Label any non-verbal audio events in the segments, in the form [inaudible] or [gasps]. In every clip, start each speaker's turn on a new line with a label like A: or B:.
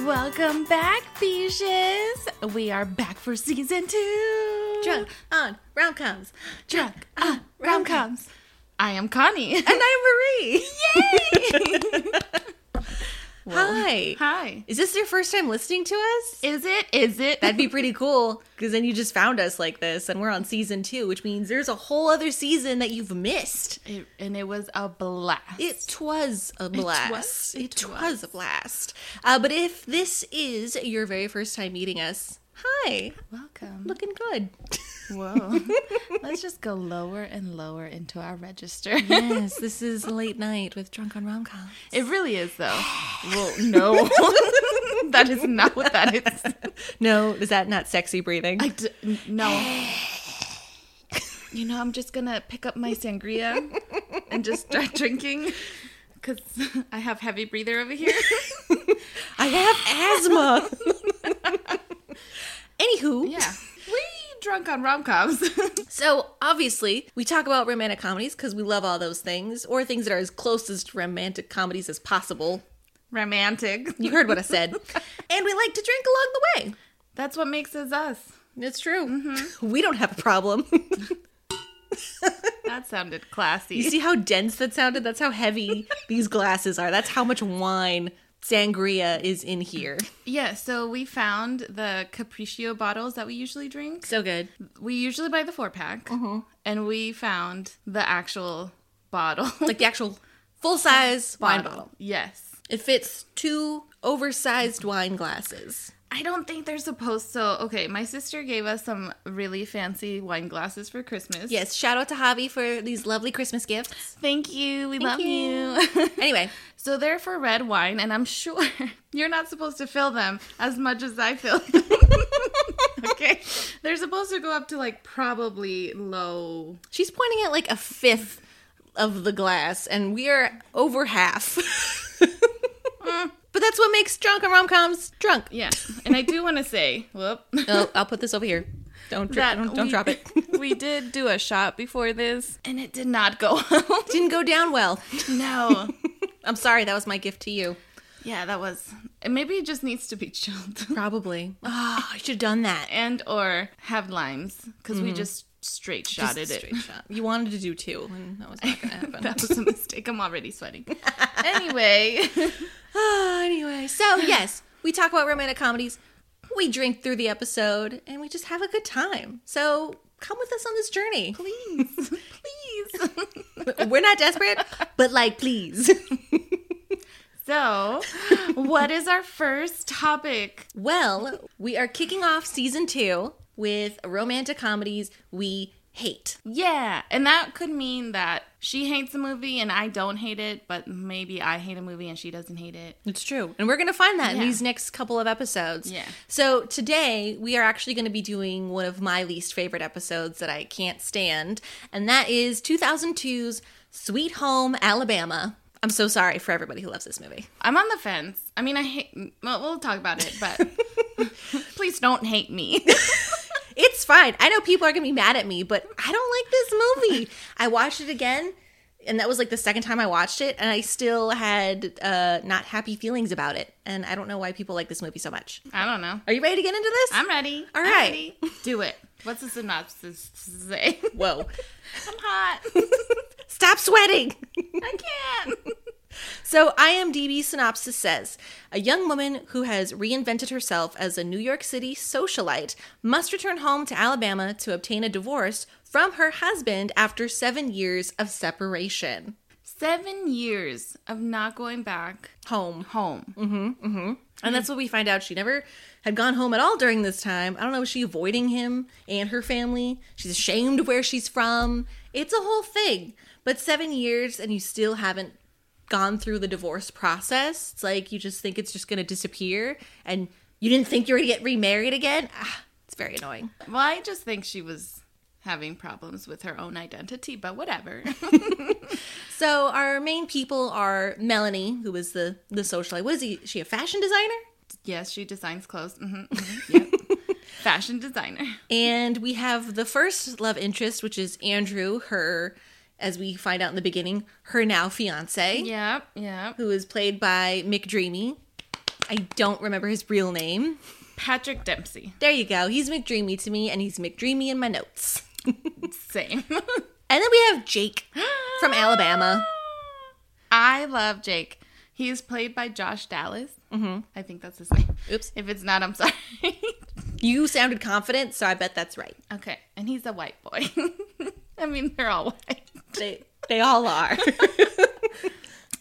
A: Welcome back, fishes. We are back for season two.
B: Drunk on round comes.
A: drunk, uh, round comes. I am [laughs] Connie.
B: And I'm Marie. Hi.
A: Hi.
B: Is this your first time listening to us?
A: Is it? Is it?
B: That'd be pretty cool because then you just found us like this and we're on season two, which means there's a whole other season that you've missed.
A: It- and it was a blast.
B: It twas a blast.
A: was-
B: It
A: it
B: twas, a blast. Uh, but if this is your very first time meeting us, hi.
A: Welcome.
B: Looking good.
A: Whoa. [laughs] Let's just go lower and lower into our register.
B: yes, this is late night with Drunk on Romcom.
A: It really is, though. well, no. [laughs] that is not what that is.
B: No, is that not sexy breathing?
A: I d- n- no. [sighs] you know, I'm just gonna pick up my sangria and just [laughs] start drinking because I have heavy breather over here.
B: I have asthma. [laughs]
A: [laughs]
B: Anywho,
A: yeah, we drunk on rom coms.
B: so obviously we talk about romantic comedies because we love all those things, or things that are as close as romantic comedies as possible.
A: [laughs] Romantic.
B: You heard what I [laughs] said. and we like to drink along
A: That's what makes us us.
B: the way. It's true. [laughs] We don't have a problem.
A: That sounded
B: you
A: classy.
B: see how dense that sounded? That's how heavy these glasses are. That's how much wine sangria is in here.
A: Yeah, so we found the Capriccio bottles that we usually drink.
B: So good.
A: We usually buy the four pack, and we found the actual bottle.
B: Like the actual full size wine bottle.
A: [laughs] Yes.
B: It fits two oversized wine glasses.
A: I don't think they're supposed to. Okay, my sister gave us some really fancy wine glasses for Christmas.
B: Yes, shout out to Javi for these lovely Christmas gifts.
A: Thank you. We love
B: you.
A: you.
B: [laughs] Anyway,
A: [laughs] so they're for red wine, and I'm sure [laughs] you're not supposed to fill them as much as I fill them. [laughs] okay. They're supposed to go up to like probably low.
B: she's pointing at like a fifth of the glass, and we are over half. [laughs] Mm, but that's what makes drunk and rom coms drunk.
A: Yeah. And I do want to say, whoop.
B: [laughs] Oh, I'll put this over here. Don't, dri-
A: that
B: don't, don't
A: we-
B: drop it.
A: [laughs] we did do a shot before this, and it did not go [laughs]
B: [laughs]
A: well.
B: Didn't go down well.
A: no.
B: I'm sorry, that was my gift to you.
A: Yeah, that was. and Maybe it just needs to be chilled.
B: Probably. Oh, I should have done that.
A: and or have limes because we just straight shotted
B: Mm-hmm. Just a
A: it. [laughs]
B: straight shot. You wanted to do two, and that was not going to happen.
A: That was a mistake. I'm already
B: [laughs]
A: sweating. anyway,
B: Ah, anyway, so yes, we talk about romantic comedies. We drink through the episode and we just have a good time. So come with us on this journey.
A: please, please. [laughs]
B: We're not desperate, but like, please.
A: So, what is our first topic?
B: Well, we are kicking off season two with romantic comedies we hate.
A: Yeah, and that could mean that she hates a movie and I don't hate it, but maybe I hate a movie and she doesn't hate it.
B: It's true. And we're going to find that in
A: Yeah.
B: these next couple of episodes.
A: Yeah.
B: So today we are actually going to be doing one of my least favorite episodes that I can't stand, and that is 2002's Sweet Home Alabama. I'm so sorry for everybody who loves this movie.
A: I'm on the fence. I mean, I hate. Well, we'll talk about it, but
B: [laughs]
A: [laughs] please don't hate me. [laughs]
B: It's fine. I know people are going to be mad at me, but I don't like this movie. I watched it again, and that was like the second time I watched it, and I still had uh, not happy feelings about it. And I don't know why people like this movie so much.
A: I don't know.
B: Are you ready to get into this?
A: I'm ready.
B: All
A: I'm
B: right.
A: ready. do it. What's the synopsis say?
B: [laughs] Whoa.
A: I'm hot.
B: Stop sweating.
A: [laughs]
B: [laughs]
A: I can't.
B: So, IMDb synopsis says a young woman who has reinvented herself as a New York City socialite must return home to Alabama to obtain a divorce from her husband after seven years of separation.
A: Seven years of not going back
B: Home.
A: home.
B: And that's what we find out. She never had gone home at all during this time. I don't know. Is she avoiding him and her family? She's ashamed of where she's from. It's a whole thing. But seven years and you still haven't gone through the divorce process. It's like you just think it's just going to disappear and you didn't think you were going to get remarried again. Ah, it's very annoying.
A: Well, I just think she was having problems with her own identity, but whatever.
B: So our main people are Melanie, who is the, the socialite. What is he? Is she a fashion designer?
A: yes, she designs clothes. Mhm, mhm, yep. Fashion designer.
B: And we have the first love interest, which is Andrew, her, as we find out in the beginning, her now fiance,
A: Yep, yep.
B: who is played by Mick Dreamy. I don't remember his real name.
A: Patrick Dempsey.
B: There you go. He's McDreamy to me, and he's McDreamy in my notes.
A: Same. [laughs]
B: And then we have Jake from [gasps] Alabama.
A: I love Jake. He is played by Josh Dallas. Mm-hmm. I think that's his name.
B: Oops.
A: If it's not, I'm [laughs] sorry.
B: You sounded confident, so I bet that's right.
A: okay, and he's a white boy. [laughs] I mean, they're all white.
B: They they all [laughs] are.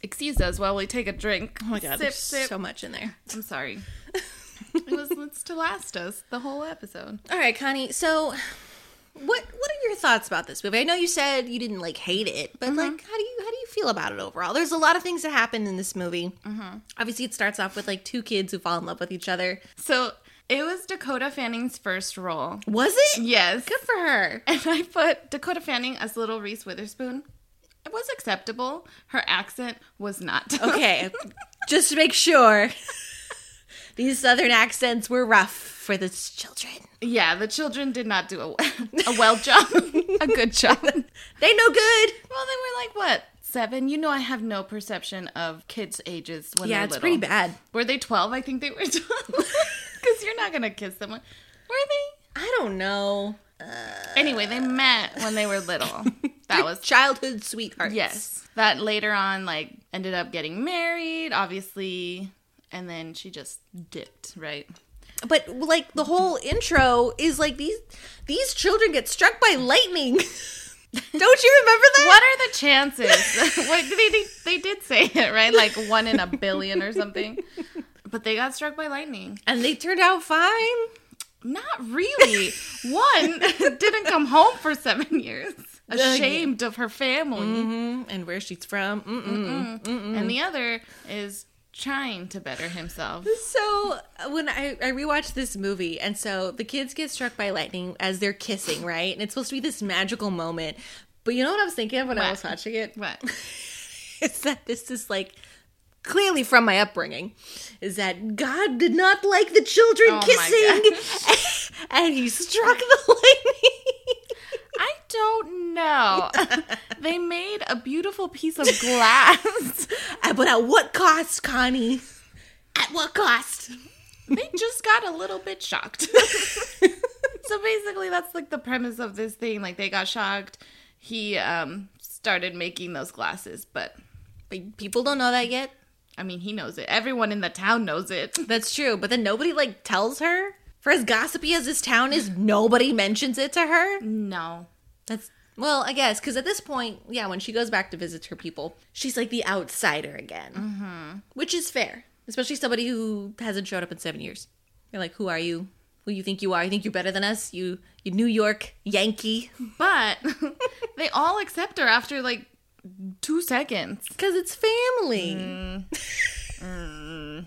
A: Excuse us while we take a drink. Oh Sip,
B: there's
A: sip.
B: so much in there.
A: I'm sorry. it was it's to last us the whole episode.
B: All right, Connie. So, what what are your thoughts about this movie? I know you said you didn't like hate it, but like, how do you how do you feel about it overall? There's a lot of things that happen in this movie. Obviously, it starts off with like two kids who fall in love with each other.
A: So it was Dakota Fanning's first role.
B: Was it
A: Yes.
B: good for her?
A: And I put Dakota Fanning as little Reese Witherspoon. It was acceptable. Her accent was not.
B: [laughs] Okay, just to make sure, [laughs] these southern accents were rough for the children.
A: [laughs] Yeah, the children did not do a, a well job, [laughs] a good job. Well, they
B: They no good.
A: were like, what, seven? You know, I have no perception of kids' ages when
B: Yeah,
A: they're
B: it's
A: little.
B: pretty bad.
A: Were they 12? I think they were 12. [laughs] Because you're not going to kiss someone. Were they?
B: I don't know.
A: Anyway, they met when they were little. That was
B: childhood sweethearts.
A: Yes. That later on, like, ended up getting married, obviously. And then she just dipped, right?
B: But like the whole intro is like these these children get struck by lightning. [laughs] Don't you remember that?
A: What are the chances? [laughs] what, they, they, they did say it, right? Like one in a billion or something. But they got struck by lightning.
B: And they turned out fine.
A: Not really. One [laughs] didn't come home for seven years, ashamed of her family.
B: And where she's from. Mm-mm.
A: And the other is trying to better himself.
B: So when I, I rewatched this movie, and so the kids get struck by lightning as they're kissing, right? And it's supposed to be this magical moment. But you know what I was thinking of when I
A: What?
B: was watching it?
A: What?
B: It's that this is like clearly from my upbringing is that God did not like the children
A: Oh my
B: kissing [laughs] and he struck the lightning.
A: I don't know. they made a beautiful piece of
B: [laughs]
A: glass.
B: Uh, But at what cost, Connie? At what [laughs] cost?
A: they just got a little bit shocked. so basically that's like the premise of this thing. Like they got shocked. He um started making those glasses, but
B: But people don't know that yet.
A: I mean he knows it. Everyone in the town knows it.
B: That's true. But then nobody like tells her. For as gossipy as this town is, nobody mentions it to her.
A: No.
B: That's well, I guess because at this point, yeah, when she goes back to visit her people, she's like the outsider again, mm-hmm. which is fair, especially somebody who hasn't showed up in seven years. You're like, who are you? Who you think you are? You think you're better than us? You, you New York Yankee?
A: But [laughs] they all accept her after like two seconds.
B: Because it's family. Mm.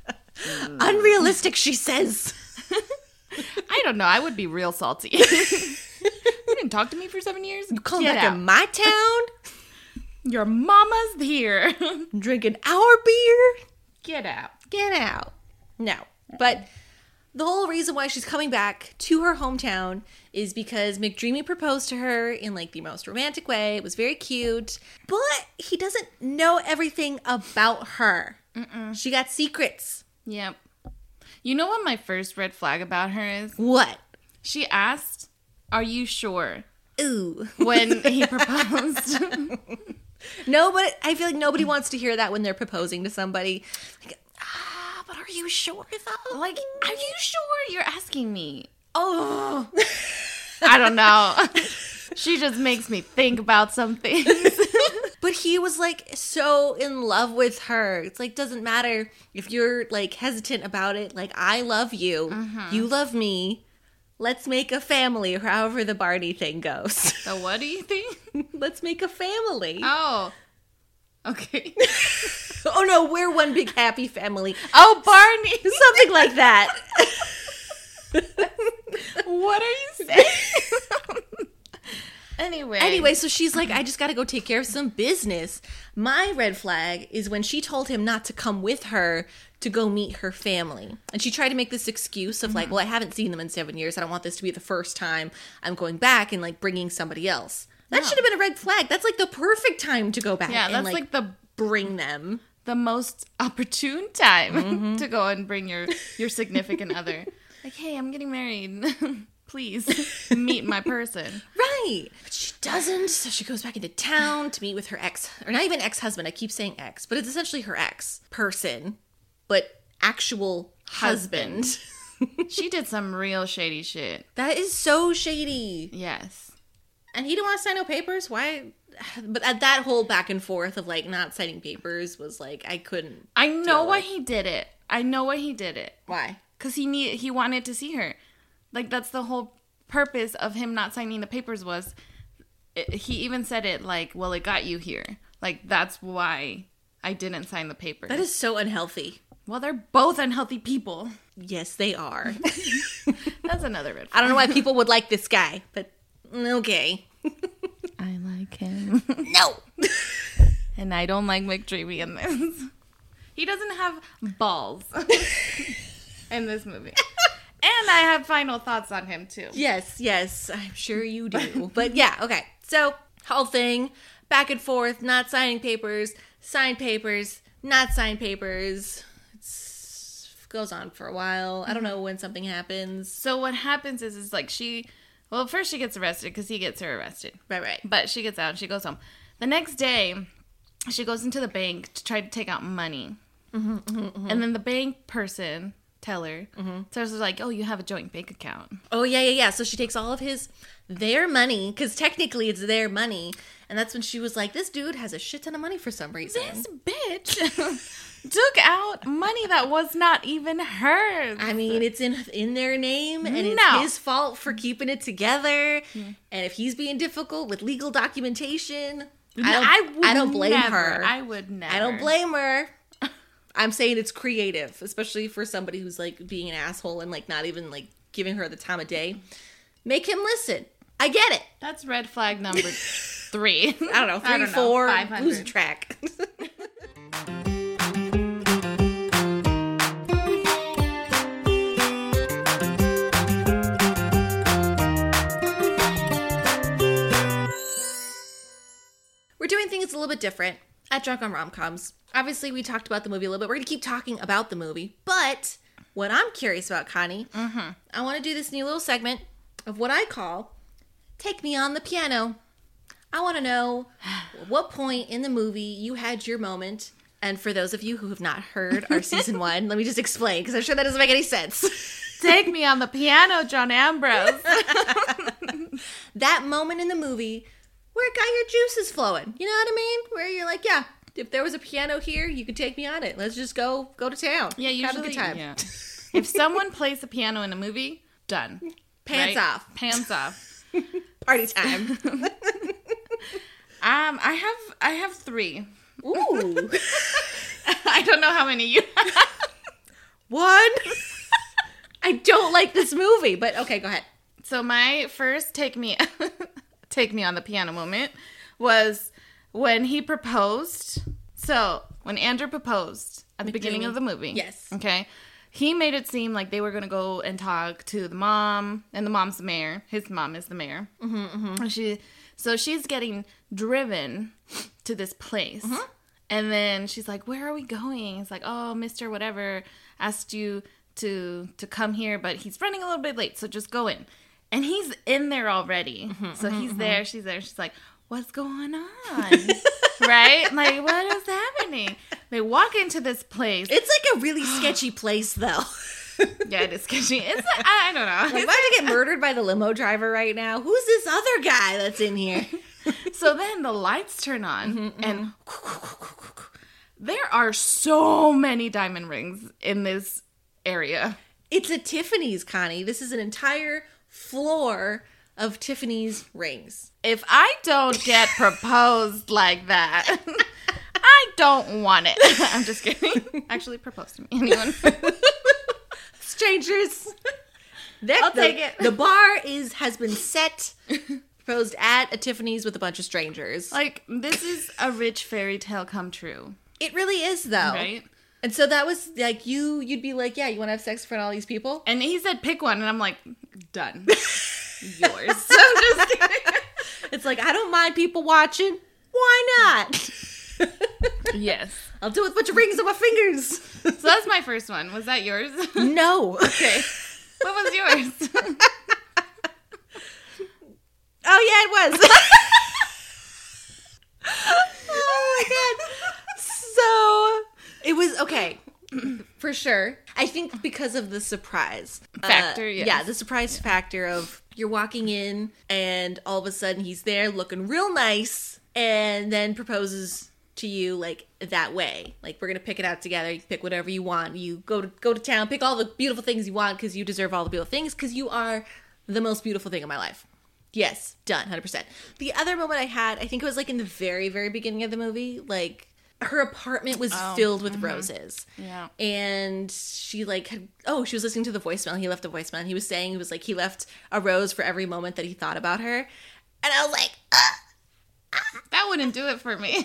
B: [laughs] Unrealistic, she says.
A: I don't know. I would be real salty. you didn't talk to me for seven years. You
B: Come back to my town,
A: Your mama's here. [laughs]
B: drinking our beer.
A: Get out.
B: Get out. No, but the whole reason why she's coming back to her hometown is because McDreamy proposed to her in like the most romantic way. It was very cute, but he doesn't know everything about her. She got secrets.
A: Yep. You know what my first red flag about her is?
B: What?
A: She asked, "Are you sure?"
B: Ooh. [laughs]
A: When he proposed.
B: No, but I feel like nobody wants to hear that when they're proposing to somebody. Like, ah, but are you sure though?
A: like, "Are you sure you're asking me?"
B: oh,
A: I don't know. [laughs] she just makes me think about some things.
B: but he was like so in love with her. It's like doesn't matter if you're like hesitant about it. Like I love you,
A: Mm-hmm.
B: you love me. Let's make a family, or however the Barney thing goes. [laughs]
A: so what do you think?
B: Let's make a family.
A: Oh. Okay.
B: oh no, we're one big happy family.
A: Oh, Barney.
B: Something like that.
A: [laughs] What are you
B: [laughs]
A: saying? anyway.
B: Anyway, so she's like, I just got to go take care of some business. My red flag is when she told him not to come with her to go meet her family. And she tried to make this excuse of, like, well, I haven't seen them in seven years. I don't want this to be the first time I'm going back and, like, bringing somebody else. That should have been a red flag. That's, like, the perfect time to go back
A: Yeah,
B: and,
A: that's
B: like,
A: like the
B: bring them.
A: the most [laughs] opportune time
B: Mm-hmm.
A: to go and bring your your significant other.
B: [laughs]
A: Like, hey, I'm getting married. [laughs] Please meet my person.
B: Right. But she doesn't, so she goes back into town to meet with her ex, or not even ex husband. I keep saying ex, but it's essentially her ex person, but actual husband. [laughs]
A: She did some real shady shit.
B: that is so shady.
A: Yes.
B: And he didn't want to sign no papers. Why? [sighs] But at that whole back and forth of like not signing papers was like, I couldn't.
A: I know why he did it. I know why he did it.
B: Why?
A: Cause he need he wanted to see her. Like that's the whole purpose of him not signing the papers was. It, he even said it like, "Well, it got you here. Like that's why I didn't sign the papers."
B: That is so unhealthy.
A: well, they're both unhealthy people.
B: Yes, they [laughs] are.
A: That's another red.
B: I don't know why people would like this guy, but mm, okay.
A: I like him,
B: No.
A: [laughs] and I don't like McDreamy in this. [laughs] He doesn't have [laughs] balls in this movie. And I have final thoughts on him too.
B: [laughs] Yes, yes, I'm sure you do. but yeah, okay. So, whole thing back and forth, not signing papers, signed papers, not signed papers. It's goes on for a while. I don't know when something happens.
A: So what happens is, is like she, well, first she gets arrested because he gets her arrested.
B: Right, right.
A: But she gets out and she goes home. The next day, she goes into the bank to try to take out money. Mm-hmm, And then the bank person, teller, starts like, oh, you have a joint bank account.
B: Oh yeah, yeah, yeah. So she takes all of his their money cuz technically it's their money. And that's when she was like, this dude has a shit ton of money for some reason.
A: This bitch [laughs] took out money that was not even hers.
B: I mean, it's in in their name, and it's
A: No. Hmm.
B: his fault for keeping it together. And if he's being difficult with legal documentation, I don't, I don't blame
A: never-
B: her. I,
A: I would never.
B: don't blame
A: [laughs]
B: her. I'm saying it's creative, especially for somebody who's like being an asshole and like not even like giving her the time of day. Make him listen. I get it.
A: That's red flag
B: [laughs]
A: number three. [laughs]
B: I don't know, three, four, lose track. [laughs] We're doing things a little bit different at Drunk on Romcoms. Obviously, we talked about the movie a little bit. We're going to keep talking about the movie, but what I'm curious about, Connie, I want to do this new little segment of what I call "Take Me on the Piano." I want to know what point in the movie you had your moment. And for those of you who have not heard our
A: [laughs]
B: season one, let me just explain because I'm sure that doesn't make any sense.
A: Take me on the piano, John
B: [laughs]
A: Ambrose.
B: that moment in the movie where it got your juices flowing. You know what I mean? Where you're like, yeah, if there was a piano here, you could take me on it. Let's just go go to town.
A: Yeah, usually.
B: have a good time.
A: yeah. if someone plays the piano in a movie, done.
B: [laughs]
A: Right?
B: Pants off,
A: Pants off. [laughs]
B: party time.
A: Um, I have I have three. [laughs]
B: Ooh,
A: I don't know how many you.
B: [laughs]
A: have.
B: one. [laughs] I don't like this movie, but okay, go ahead.
A: So my first take me [laughs] take me on the piano moment was when he proposed. So when Andrew proposed at the beginning of the movie.
B: Yes.
A: Okay. He made it seem like they were gonna go and talk to the mom, and the mom's the mayor. His mom is the mayor. Mm-hmm, She, so she's getting driven to this place, and then she's like, "Where are we going?" It's like, "Oh, Mister Whatever asked you to to come here, but he's running a little bit late, so just go in." And he's in there already, so he's there. She's there. She's like, "What's going on?" [laughs] right? Like, what is happening? They walk into this place.
B: It's like a really
A: [gasps]
B: sketchy place, though.
A: Yeah, it is sketchy. It's I, I don't know.
B: I'm about to get murdered by the limo driver right now. Who's this other guy that's
A: [laughs]
B: in here?
A: So then the lights turn on, and [laughs] there are so many diamond rings in this area.
B: It's a Tiffany's, Connie. This is an entire floor of Tiffany's rings.
A: If I don't [laughs] get proposed like [laughs] that, I don't want it. [laughs] I'm just kidding. Actually, propose to me. Anyone?
B: Strangers. That-
A: [laughs] I'll
B: the-
A: take it. [laughs]
B: The bar is has been set, proposed at a Tiffany's with a bunch of strangers.
A: Like this is a rich fairy tale come true,
B: It really is though.
A: right?
B: And so that was like you you'd be like, Yeah, you wanna have sex in front of all these people?
A: And he said, "Pick one," and I'm like, [laughs] "Done." Yours. [laughs] So I'm
B: [laughs]
A: just kidding. [laughs]
B: It's like I don't mind people watching. Why not?
A: Yes.
B: I'll do it with a bunch of rings on my fingers.
A: [laughs] So that's my first one. Was that yours? [laughs]
B: no.
A: okay. What was yours? [laughs]
B: Oh yeah, it was.
A: [laughs]
B: oh my god. So it was okay. [clears throat] For sure. I think because of the surprise Uh,
A: Factor, yes.
B: Yeah, the surprise factor of you're walking in and all of a sudden he's there looking real nice and then proposes to you like that way. Like we're gonna pick it out together. You pick whatever you want. You go to go to town, pick all the beautiful things you want because you deserve all the beautiful things because you are the most beautiful thing in my life. Yes, done, hundred percent. The other moment I had, I think it was like in the very, very beginning of the movie. Like her apartment was
A: Oh,
B: filled with
A: mm-hmm.
B: roses.
A: Yeah.
B: And she like had oh, she was listening to the voicemail. and He left a voicemail. And he was saying he was like he left a rose for every moment that he thought about her. And I was like, ah!
A: That wouldn't do it for me. [laughs]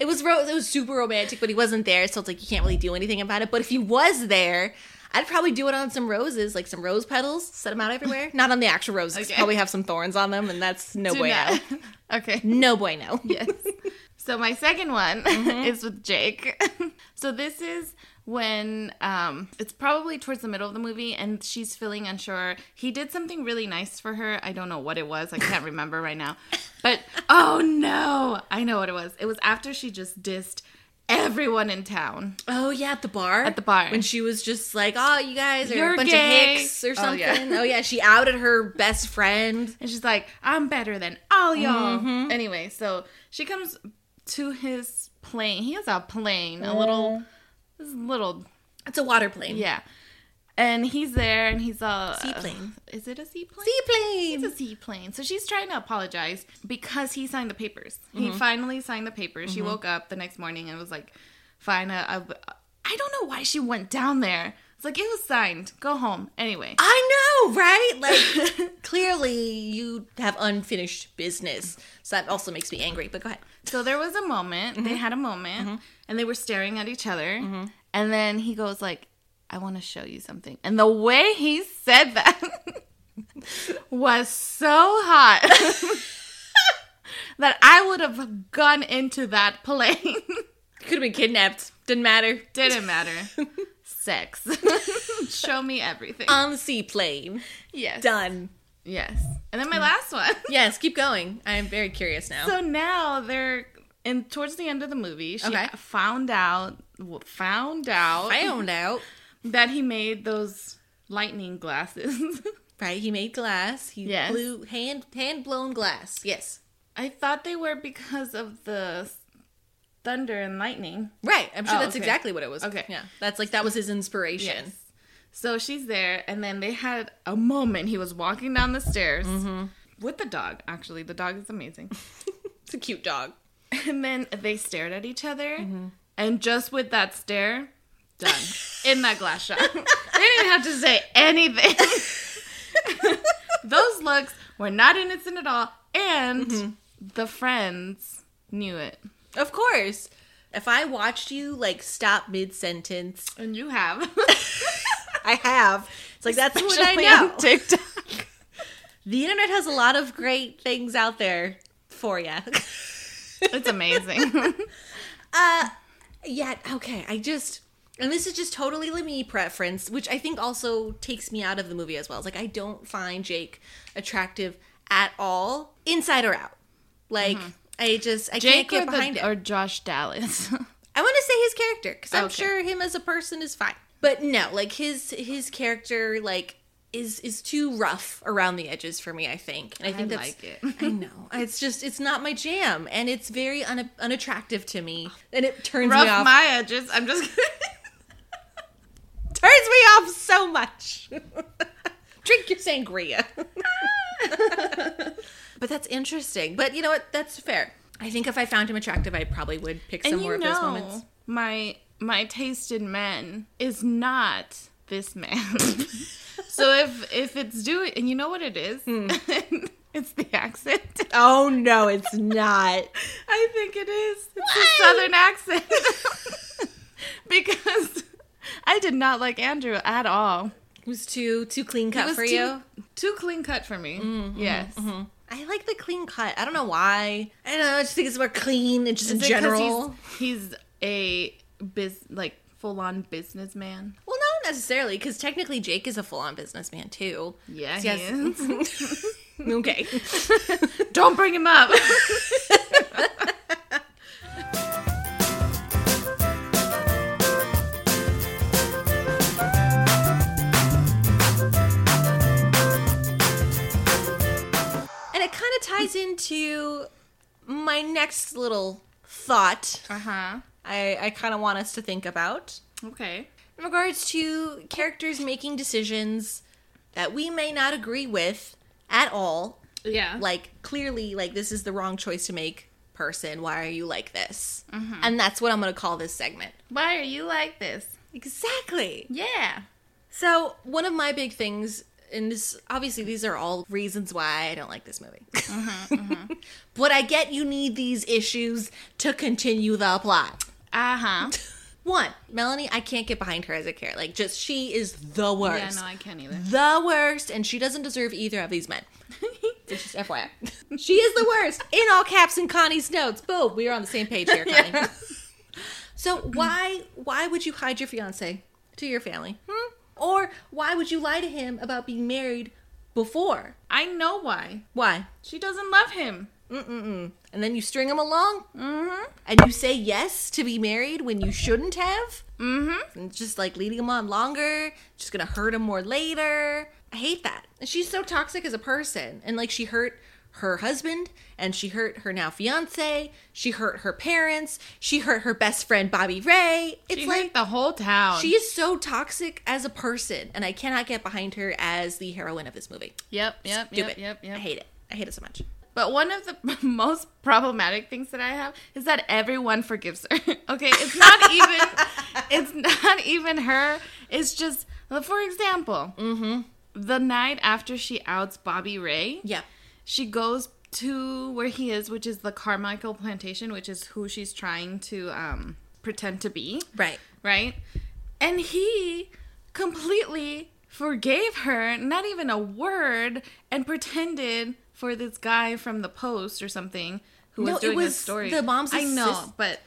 B: it was ro- it was super romantic, but he wasn't there, so it's like you can't really do anything about it. But if he was there, I'd probably do it on some roses, like some rose petals, set them out everywhere. Not on the actual roses. 'cause
A: Okay.
B: Probably have some thorns on them, and that's no
A: Do
B: bueno.
A: not. Okay.
B: [laughs] No bueno. Yeah.
A: Yes. So my second one is with Jake. [laughs] so this is when um, it's probably towards the middle of the movie, and she's feeling unsure. He did something really nice for her. I don't know what it was. I can't remember right now. But oh no, I know what it was. It was after she just dissed everyone in town.
B: Oh yeah, at the bar.
A: At the bar.
B: When she was just like, "Oh, you guys are
A: You're
B: a bunch
A: gay."
B: of hicks or
A: Oh,
B: something."
A: yeah.
B: Oh yeah. she outed her best friend.
A: And she's like, I'm better than all y'all. Anyway, so she comes to his plane. He has a plane, [laughs] a
B: Oh.
A: little, this little,
B: It's a water plane.
A: yeah. And he's there, and he's all
B: Seaplane.
A: is it a seaplane?
B: Seaplane.
A: It's a seaplane. So she's trying to apologize because he signed the papers. He finally signed the papers. She woke up the next morning and was like, "Fine, I, I, I don't know why she went down there." It's like it was signed. Go home. Anyway,
B: I know, right?
A: [laughs]
B: Like clearly you have unfinished business. So that also makes me angry. But go ahead.
A: So there was a moment.
B: Mm-hmm.
A: They had a moment, and they were staring at each other. And then he goes like, "I want to show you something." And the way he said that [laughs] was so hot [laughs] that I would have gone into that plane. [laughs]
B: Could have been kidnapped. Didn't matter.
A: Didn't matter.
B: [laughs]
A: Sex. [laughs] show me everything.
B: On the seaplane.
A: yes.
B: Um, Done. Mm.
A: Yes. And then my last one.
B: Yes, keep going. I am very curious
A: [laughs]
B: now.
A: So now they're in towards the end of the movie. She
B: Okay.
A: found out. w- Found out.
B: found out.
A: that he made those lightning glasses. [laughs]
B: Right, he made glass. He
A: Yes.
B: blew hand hand blown glass. Yes.
A: I thought they were because of the s- thunder and lightning.
B: Right. I'm sure
A: Oh,
B: that's
A: okay.
B: exactly what it was.
A: Okay.
B: Yeah. That's like that was his inspiration.
A: So she's there, and then they had a moment. He was walking down the stairs with the dog, actually. The dog is amazing.
B: It's a cute dog.
A: and then they stared at each other,
B: Mm-hmm.
A: and just with that stare,
B: [laughs]
A: done. In that glass shot. they didn't have to say
B: [laughs]
A: anything. Those looks were not innocent at all, and
B: Mm-hmm.
A: the friends knew it.
B: Of course. If I watched you like stop mid sentence,
A: And you [laughs] have.
B: I have. It's like that's what I
A: Especially
B: know.
A: on TikTok.
B: The internet has a lot of great things out there for [laughs] you.
A: It's amazing.
B: Uh, yet okay, I just and this is just totally me preference, which I think also takes me out of the movie as well. It's like I don't find Jake attractive at all, inside or out. Like I just
A: [laughs]
B: I
A: Mm-hmm. Jake
B: can't
A: or,
B: get behind
A: the,
B: it.
A: or Josh Dallas. [laughs]
B: I want to say his character because I'm
A: Okay.
B: sure him as a person is fine, but no, like his his character like is is too rough around the edges for me. I think, and I think that's
A: like it.
B: [laughs] I know it's just it's not my jam, and it's very un- unattractive to me, and it turns me
A: Oh. Rough
B: off.
A: my edges. I'm just [laughs]
B: turns me off so much. [laughs] Drink your sangria. [laughs] but that's interesting. But you know what? That's fair. I think if I found him attractive, I probably would pick some
A: and
B: more
A: you
B: of
A: know,
B: those moments.
A: my my taste in men is not this
B: [laughs]
A: man. so if if it's doing, and you know what it is,
B: Hmm.
A: [laughs] it's the accent.
B: Oh
A: [laughs]
B: no, it's not.
A: I think it is. It's
B: Why?
A: a southern
B: [laughs]
A: accent. [laughs] because I did not like Andrew at all.
B: It was too too clean
A: It
B: cut
A: was
B: for
A: too,
B: you. Mm-hmm,
A: Too clean cut for me. yes.
B: I like the clean cut. I don't know why. I don't know. I just think it's more clean and just in
A: Is it 'cause
B: general.
A: He's, he's a biz like full on businessman.
B: Well, not necessarily, because technically Jake is a full-on businessman too.
A: Yeah,
B: Yes.
A: he is.
B: [laughs] Okay.
A: Don't bring him
B: [laughs]
A: up.
B: and it kind of ties into my next little thought.
A: uh
B: Uh-huh.
A: huh.
B: I, I kind of want us to think about
A: Okay.
B: in regards to characters making decisions that we may not agree with at all.
A: Yeah.
B: Like clearly, like this is the wrong choice to make, person. Why are you like this?
A: Mm-hmm.
B: And that's what I'm going to call this segment.
A: Why are you like this?
B: Exactly.
A: Yeah.
B: So one of my big things, and this obviously these are all reasons why I don't like this movie.
A: Mm-hmm,
B: [laughs] but I get you need these issues to continue the plot.
A: Uh huh.
B: One, Melanie, I can't get behind her as a character. Like, just she is
A: [laughs]
B: the
A: yeah.
B: worst,
A: No, I can't either.
B: the worst, and she doesn't deserve either of these men. It's just FYI, she is the worst in all caps in Connie's notes. Boom, we are on the same page here, Connie. [laughs] So why why would you hide your fiance to your family? Hmm? Or why would you lie to him about being married before?
A: I know why.
B: Why?
A: She doesn't love him.
B: Mm-mm-mm. And then you string him along
A: Mm
B: and you say yes to be married when you shouldn't have?
A: hmm. Mm hmm.
B: And just like leading him on longer, just gonna hurt him more later. I hate that. And she's so toxic as a person. And like she hurt her husband and she hurt her now fiance. She hurt her parents. She hurt her best friend Bobby Ray. It's
A: She
B: like
A: hurt the whole town.
B: She is so toxic as a person, and I cannot get behind her as the heroine of this movie.
A: Yep, yep, yep,
B: Stupid.
A: yep, yep.
B: I hate it. I hate it so much.
A: But one of the [laughs] most problematic things that I have is that everyone forgives her. [laughs] okay, it's not even it's not even her. It's just well, for example, the night after she outs Bobby Ray,
B: Yeah.
A: she goes to where he is, which is the Carmichael Plantation, which is who she's trying to um, pretend to be
B: Right.
A: right? And he completely forgave her, not even a word, and pretended for this guy from the post or something who
B: No,
A: was
B: it
A: doing
B: was
A: this story.
B: the mom's
A: I know,
B: assist-
A: but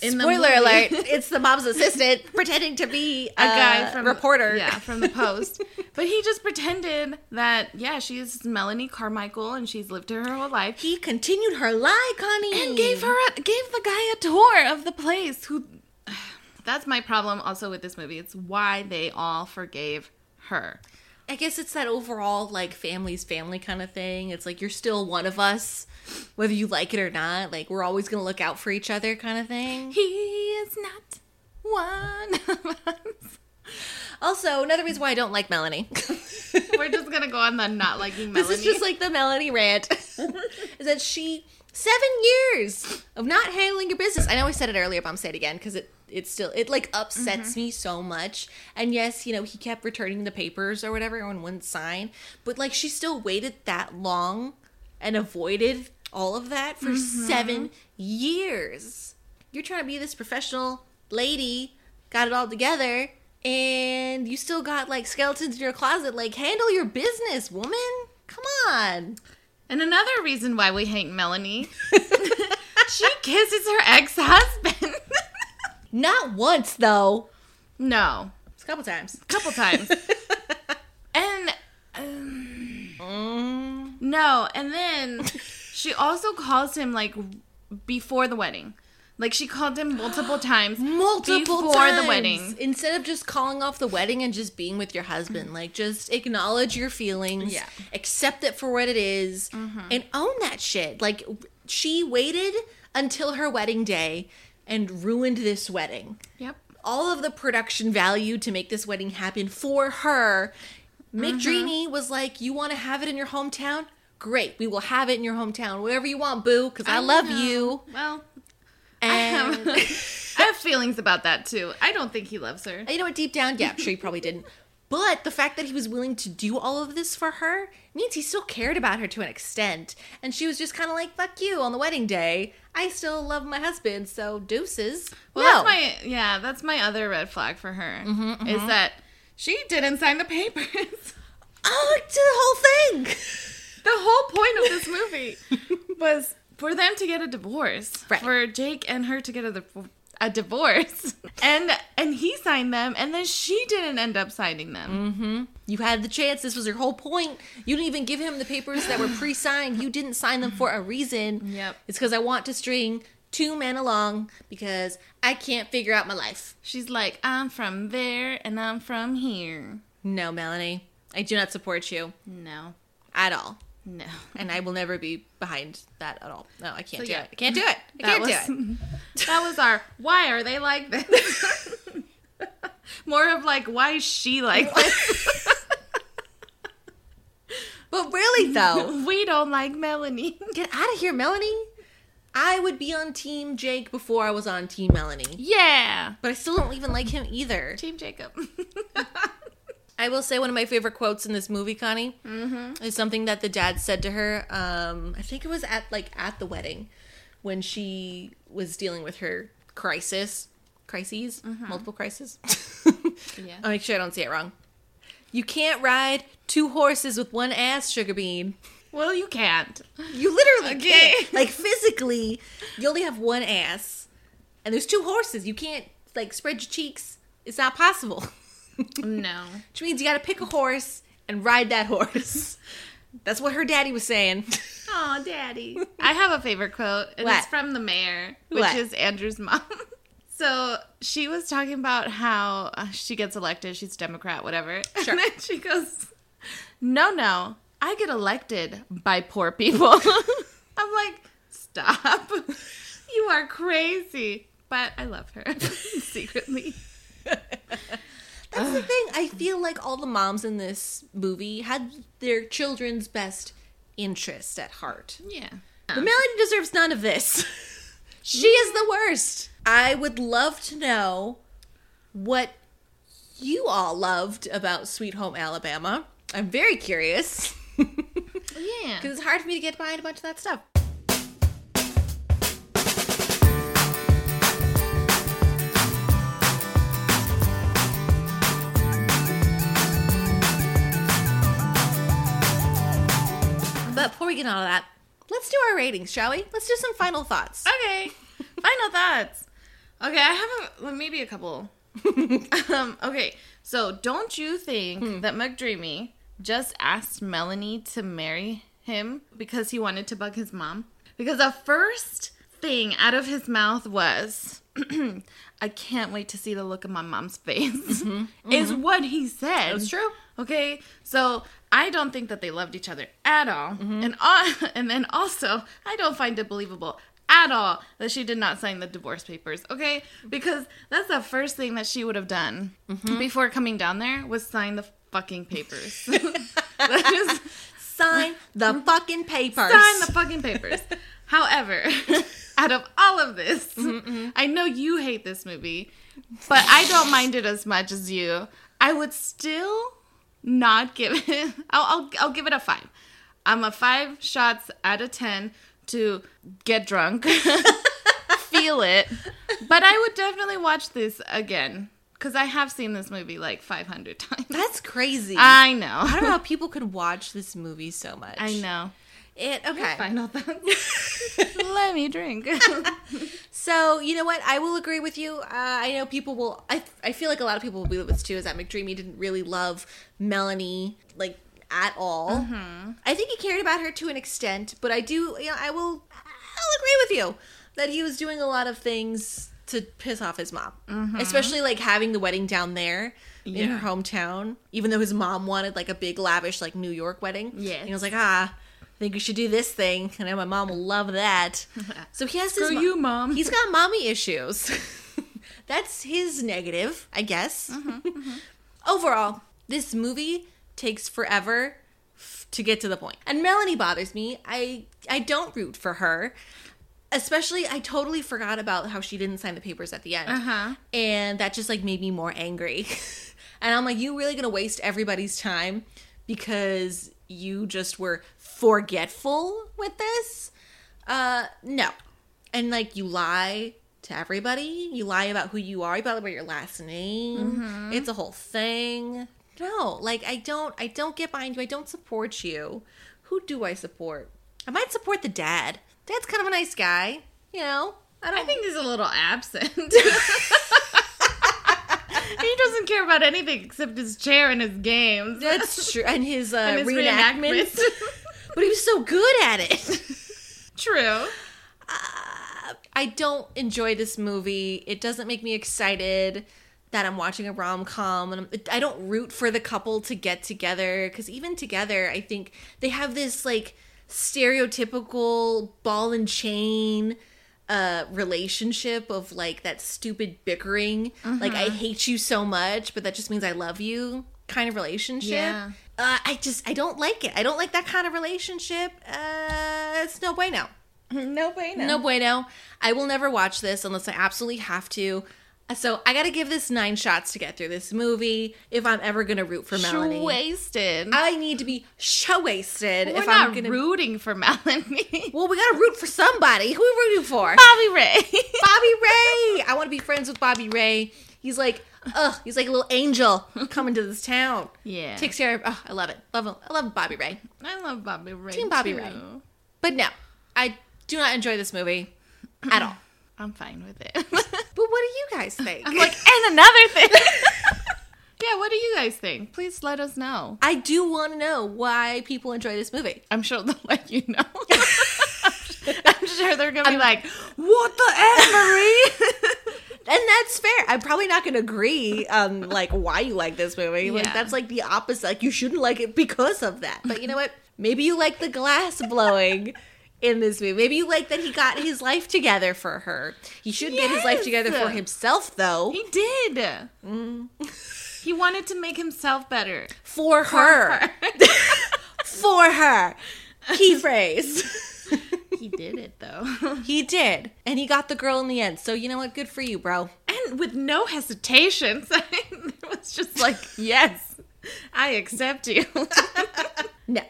A: in the
B: Spoiler
A: movie-
B: alert: It's the mom's assistant pretending to be
A: [laughs] a guy from
B: reporter.
A: yeah, from the Post. but he just pretended that yeah, she's Melanie Carmichael and she's lived here her whole life.
B: He continued her lie, Connie,
A: and gave her a, gave the guy a tour of the place who [sighs] that's my problem also with this movie it's why they all forgave her
B: I guess it's that overall like family's family kind of thing. It's like you're still one of us, whether you like it or not. Like we're always gonna look out for each other, kind of thing. [laughs]
A: he is not one of us.
B: Also, another reason why I don't like [laughs] Melanie.
A: [laughs] we're just gonna go on the not liking melanie
B: This is just like the Melanie rant. is that she seven years of not handling your business? I know I said it earlier, but I'm saying it again because it it still it like upsets me so much. And yes, you know he kept returning the papers or whatever and wouldn't sign, but like she still waited that long and avoided all of that for seven years. You're trying to be this professional lady, got it all together. And you still got like skeletons in your closet. Like, handle your business, woman. Come [laughs] on.
A: and another reason why we hate melanie she [laughs] kisses her ex-husband [laughs]
B: Not once though.
A: no
B: It's a couple times.
A: a couple [laughs]
B: [laughs]
A: times and um,
B: Mm.
A: No, and then she also calls him like before the wedding. Like she called him [gasps] multiple times
B: Multiple
A: before
B: times.
A: the wedding. Mm.
B: Instead of just calling off the wedding and just being with your husband, like just acknowledge your feelings,
A: Yeah. Mm-hmm.
B: accept it for what it is, and own that shit. Like she waited until her wedding day and ruined this wedding.
A: Yep.
B: all of the production value to make this wedding happen for her.
A: Mm-hmm.
B: Mick Dreamy was like, "You want to have it in your hometown? Great, we will have it in your hometown, whatever you want, boo, because I, love
A: know.
B: you."
A: Well,
B: And
A: I have feelings about that too. I don't think he loves her.
B: you know what? Deep down, yeah, I'm sure he probably didn't. But the fact that he was willing to do all of this for her means he still cared about her to an extent. And she was just kind of like, fuck you on the wedding day. I still love my husband, so deuces.
A: Well,
B: No. Mm-hmm,
A: that's my yeah, that's my other red flag for her is that she didn't sign the papers. [laughs] the
B: Oh, to the whole thing.
A: whole point of this
B: [laughs]
A: movie was for them to get a divorce,
B: Right.
A: for Jake and her to get a divorce. a
B: [laughs]
A: divorce, and and he signed them, and then she didn't end up signing them.
B: Mm. You had the chance. This was your whole point. You didn't even give him the
A: [laughs]
B: papers that were pre signed. You didn't sign them for a reason.
A: Yep.
B: It's because I want to string two men along because I can't figure out my life.
A: She's like, I'm from there and I'm from here.
B: No, Melanie. I do not support you
A: No,
B: at all.
A: no.
B: And I will never be behind that at all. No, I can't
A: So,
B: do
A: yeah.
B: it. I can't do it. I
A: That [laughs]
B: can't
A: was,
B: do it.
A: that was our why are they like this? [laughs] More of like why is she like this?
B: But really, though,
A: [laughs] we don't like Melanie.
B: get out of here, Melanie. I would be on Team Jake before I was on Team Melanie.
A: Yeah.
B: But I still don't even like him either.
A: Team Jacob. [laughs]
B: I will say one of my favorite quotes in this movie, Connie,
A: Mm-hmm.
B: is something that the dad said to her. Um, I think it was at like at the wedding when she was dealing with her crisis, crises, multiple crises.
A: Mm-hmm.
B: [laughs]
A: Yeah.
B: I'll make sure I don't say it wrong. You can't ride two horses with one ass, Sugar Bean.
A: well, you can't.
B: You literally
A: Okay. [laughs]
B: can't. Like physically, you only have one ass, and there's two horses. You can't like spread your cheeks. It's
A: [laughs]
B: not possible. [laughs]
A: No.
B: Which means you gotta pick a horse and ride that [laughs] horse. That's what her daddy was saying.
A: Oh, daddy. [laughs] I have a favorite quote, and
B: What?
A: it's from the mayor, which
B: What?
A: is Andrew's mom. [laughs] So she was talking about how uh, she gets elected, she's Democrat, whatever. [laughs]
B: Sure.
A: And then she goes, No, no, I get elected by poor people. [laughs] I'm like, Stop. [laughs] You are crazy. But I love her [laughs]
B: [laughs]
A: secretly.
B: That's the thing. I feel like all the moms in this movie had their children's best interest at heart.
A: Yeah.
B: But Melanie deserves none of this. [laughs] she is the worst. I would love to know what you all loved about Sweet Home Alabama. I'm very curious. [laughs]
A: Yeah.
B: Because it's hard for me to get behind a bunch of that stuff. But before we get on to that, let's do our ratings, shall we? Let's do some final thoughts.
A: [laughs] Okay. Final thoughts. Okay, I have a, well, maybe a couple. um, okay, so don't you think that McDreamy just asked Melanie to marry him because he wanted to bug his mom? Because the first thing out of his mouth was, [clears throat] I can't wait to see the look of my mom's face, is what he said.
B: That's true.
A: Okay, so I don't think that they loved each other at all, and uh, [laughs] and then also I don't find it believable at all that she did not sign the divorce papers. Okay, because that's the first thing that she would have done before coming down there was sign the fucking papers. [laughs] that is
B: Sign the fucking papers.
A: Mm-hmm. sign the fucking [laughs] papers. However, [laughs] out of all of this, I know you hate this movie, but I don't mind it as much as you. I would still not give [laughs] it. I'll I'll, I'll give it a five. I'm a five shots out of ten to get drunk, [laughs] feel it, but I would definitely watch this again because I have seen this movie like 500 times.
B: That's crazy.
A: I
B: I
A: know.
B: don't know how people could watch this movie so much.
A: Uh, I know.
B: It okay.
A: Final thoughts. [laughs]
B: [laughs]
A: Let me drink.
B: So you know what? I will agree with you. Uh, I know people will. I I feel like a lot of people will be with this too. Is that McDreamy didn't really love Melanie like at all.
A: Mm-hmm.
B: I think he cared about her to an extent, but I do. You know, I will. I'll agree with you that he was doing a lot of things to piss off his mom, especially like having the wedding down there. In
A: Mm-hmm. Yeah.
B: her hometown, even though his mom wanted like a big, lavish, like New York wedding,
A: Yes.
B: and he was like, "Ah, I think we should do this thing." I know my mom will
A: [laughs]
B: love that. So he has his
A: Screw
B: mo-
A: you, Mom.
B: He's got mommy issues. [laughs] That's his negative, I guess.
A: Mm-hmm,
B: Overall, this movie takes forever f- to get to the point. And Melanie bothers me. I I don't root for her. Especially I totally forgot about how she didn't sign the papers at the
A: [laughs]
B: end.
A: Uh-huh.
B: And that just like made me more angry. [laughs] and I'm like, you really gonna waste everybody's time because you just were forgetful with this? Uh, no. And like you lie to everybody. You lie about who you are, you lie about your last name.
A: Mm-hmm.
B: It's a whole thing. No, like I don't I don't get behind you. I don't support you.
A: [laughs]
B: Who do I support? I might support the dad. Dad's kind of a nice guy, you know. I don't
A: I think he's a little absent. [laughs] he doesn't care about anything except his chair and his games.
B: That's true. And his, uh,
A: And his
B: reenactments. but he was so good at it.
A: [laughs]
B: [laughs]
A: True.
B: Uh, I don't enjoy this movie. It doesn't make me excited that I'm watching a rom com, and I'm, I don't root for the couple to get together because even together, I think they have this like stereotypical ball and chain uh relationship of like that stupid bickering like i hate you so much but that just means i love you kind of relationship
A: Yeah.
B: uh, i just i don't like it i don't like that kind of relationship uh it's no bueno
A: No bueno.
B: no bueno. I will never watch this unless I absolutely have to. So I got to give this nine shots to get through this movie if I'm ever going to root for Melanie.
A: wasted.
B: I need to be show wasted
A: We're
B: if
A: not
B: I'm going to.
A: rooting for Melanie.
B: Well, we got to root for somebody. Who are we rooting
A: [laughs]
B: for?
A: Bobby Ray.
B: Bobby Ray. I want to be friends with Bobby Ray. He's like, ugh, he's like a
A: [laughs]
B: little angel coming to this town.
A: Yeah.
B: Takes care of. Oh, I love it. Love him. I love Bobby Ray.
A: I love Bobby Ray.
B: Team Bobby
A: too.
B: Ray. But no, I do not enjoy this movie at
A: [clears throat]
B: all.
A: I'm fine with [laughs] it.
B: But what do you guys think?
A: I'm like, and another thing. [laughs]
B: [laughs]
A: yeah, what do you guys think? Please let us know.
B: I do want to know why people enjoy this movie.
A: I'm sure they'll let you know. [laughs] I'm sure they're gonna be like,
B: What the Anne Marie? [laughs] and that's fair. I'm probably not going to agree on like why you like this movie. Like
A: Yeah.
B: that's like the opposite. Like you shouldn't like it because of that. But you know what? Maybe you like the glass blowing in this movie. Maybe you like that he got his life together for her. He should get his life
A: Yes.
B: together for himself though.
A: he did. Mm. he wanted to make himself better.
B: For her. [laughs] For her. Key [laughs] phrase.
A: he did it though.
B: He did. And he got the girl in the end. So you know what? Good for you, bro.
A: [laughs] and with no hesitations. [laughs] it was just like, yes, I accept you.
B: [laughs]
A: [laughs]
B: [sighs] No.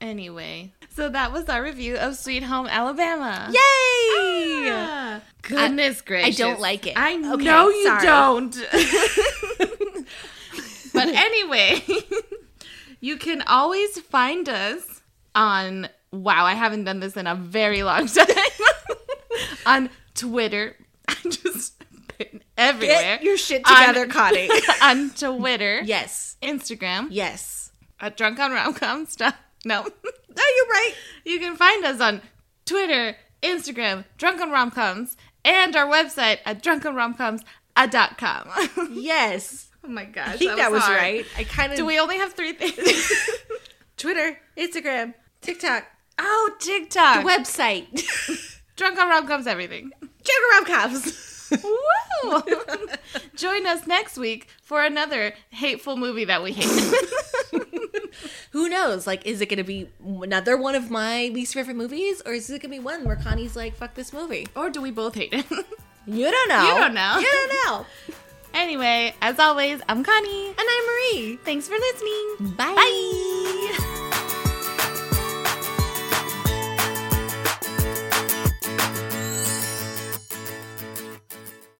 A: anyway, so that was our review of Sweet Home Alabama.
B: Yay!
A: Yeah. Goodness gracious.
B: don't like it.
A: I
B: Okay,
A: know you
B: sorry. [laughs]
A: don't. but anyway, [laughs] you can always find us on wow, I haven't done this in a very long [laughs] time. on Twitter. [laughs] I just been everywhere.
B: Get your shit
A: On-
B: together, [laughs] Connie.
A: [laughs] on Twitter.
B: yes.
A: Instagram
B: Yes.
A: at drunk on romcom stuff. No. [laughs]
B: No, you're right.
A: You can find us on Twitter, Instagram, Drunken Romcoms, and our website at drunkenromcoms.com. oh
B: Yes.
A: my gosh,
B: I think that was,
A: hard.
B: right. I kind
A: Do
B: of.
A: we only have three things?
B: Twitter, Instagram, TikTok,
A: [laughs] oh, TikTok.
B: [laughs] website.
A: Drunk on Romcoms, everything.
B: Jugger Cops. [laughs]
A: Woo! Join us next week for another hateful movie that we hate.
B: Who knows? Like, is it going to be another one of my least favorite movies, or is it going to be one where Connie's like, "Fuck this movie"?
A: [laughs] or do we both hate it?
B: You don't know.
A: You don't know.
B: You don't know.
A: anyway, as always, I'm Connie.
B: And I'm Marie.
A: Thanks for listening.
B: Bye.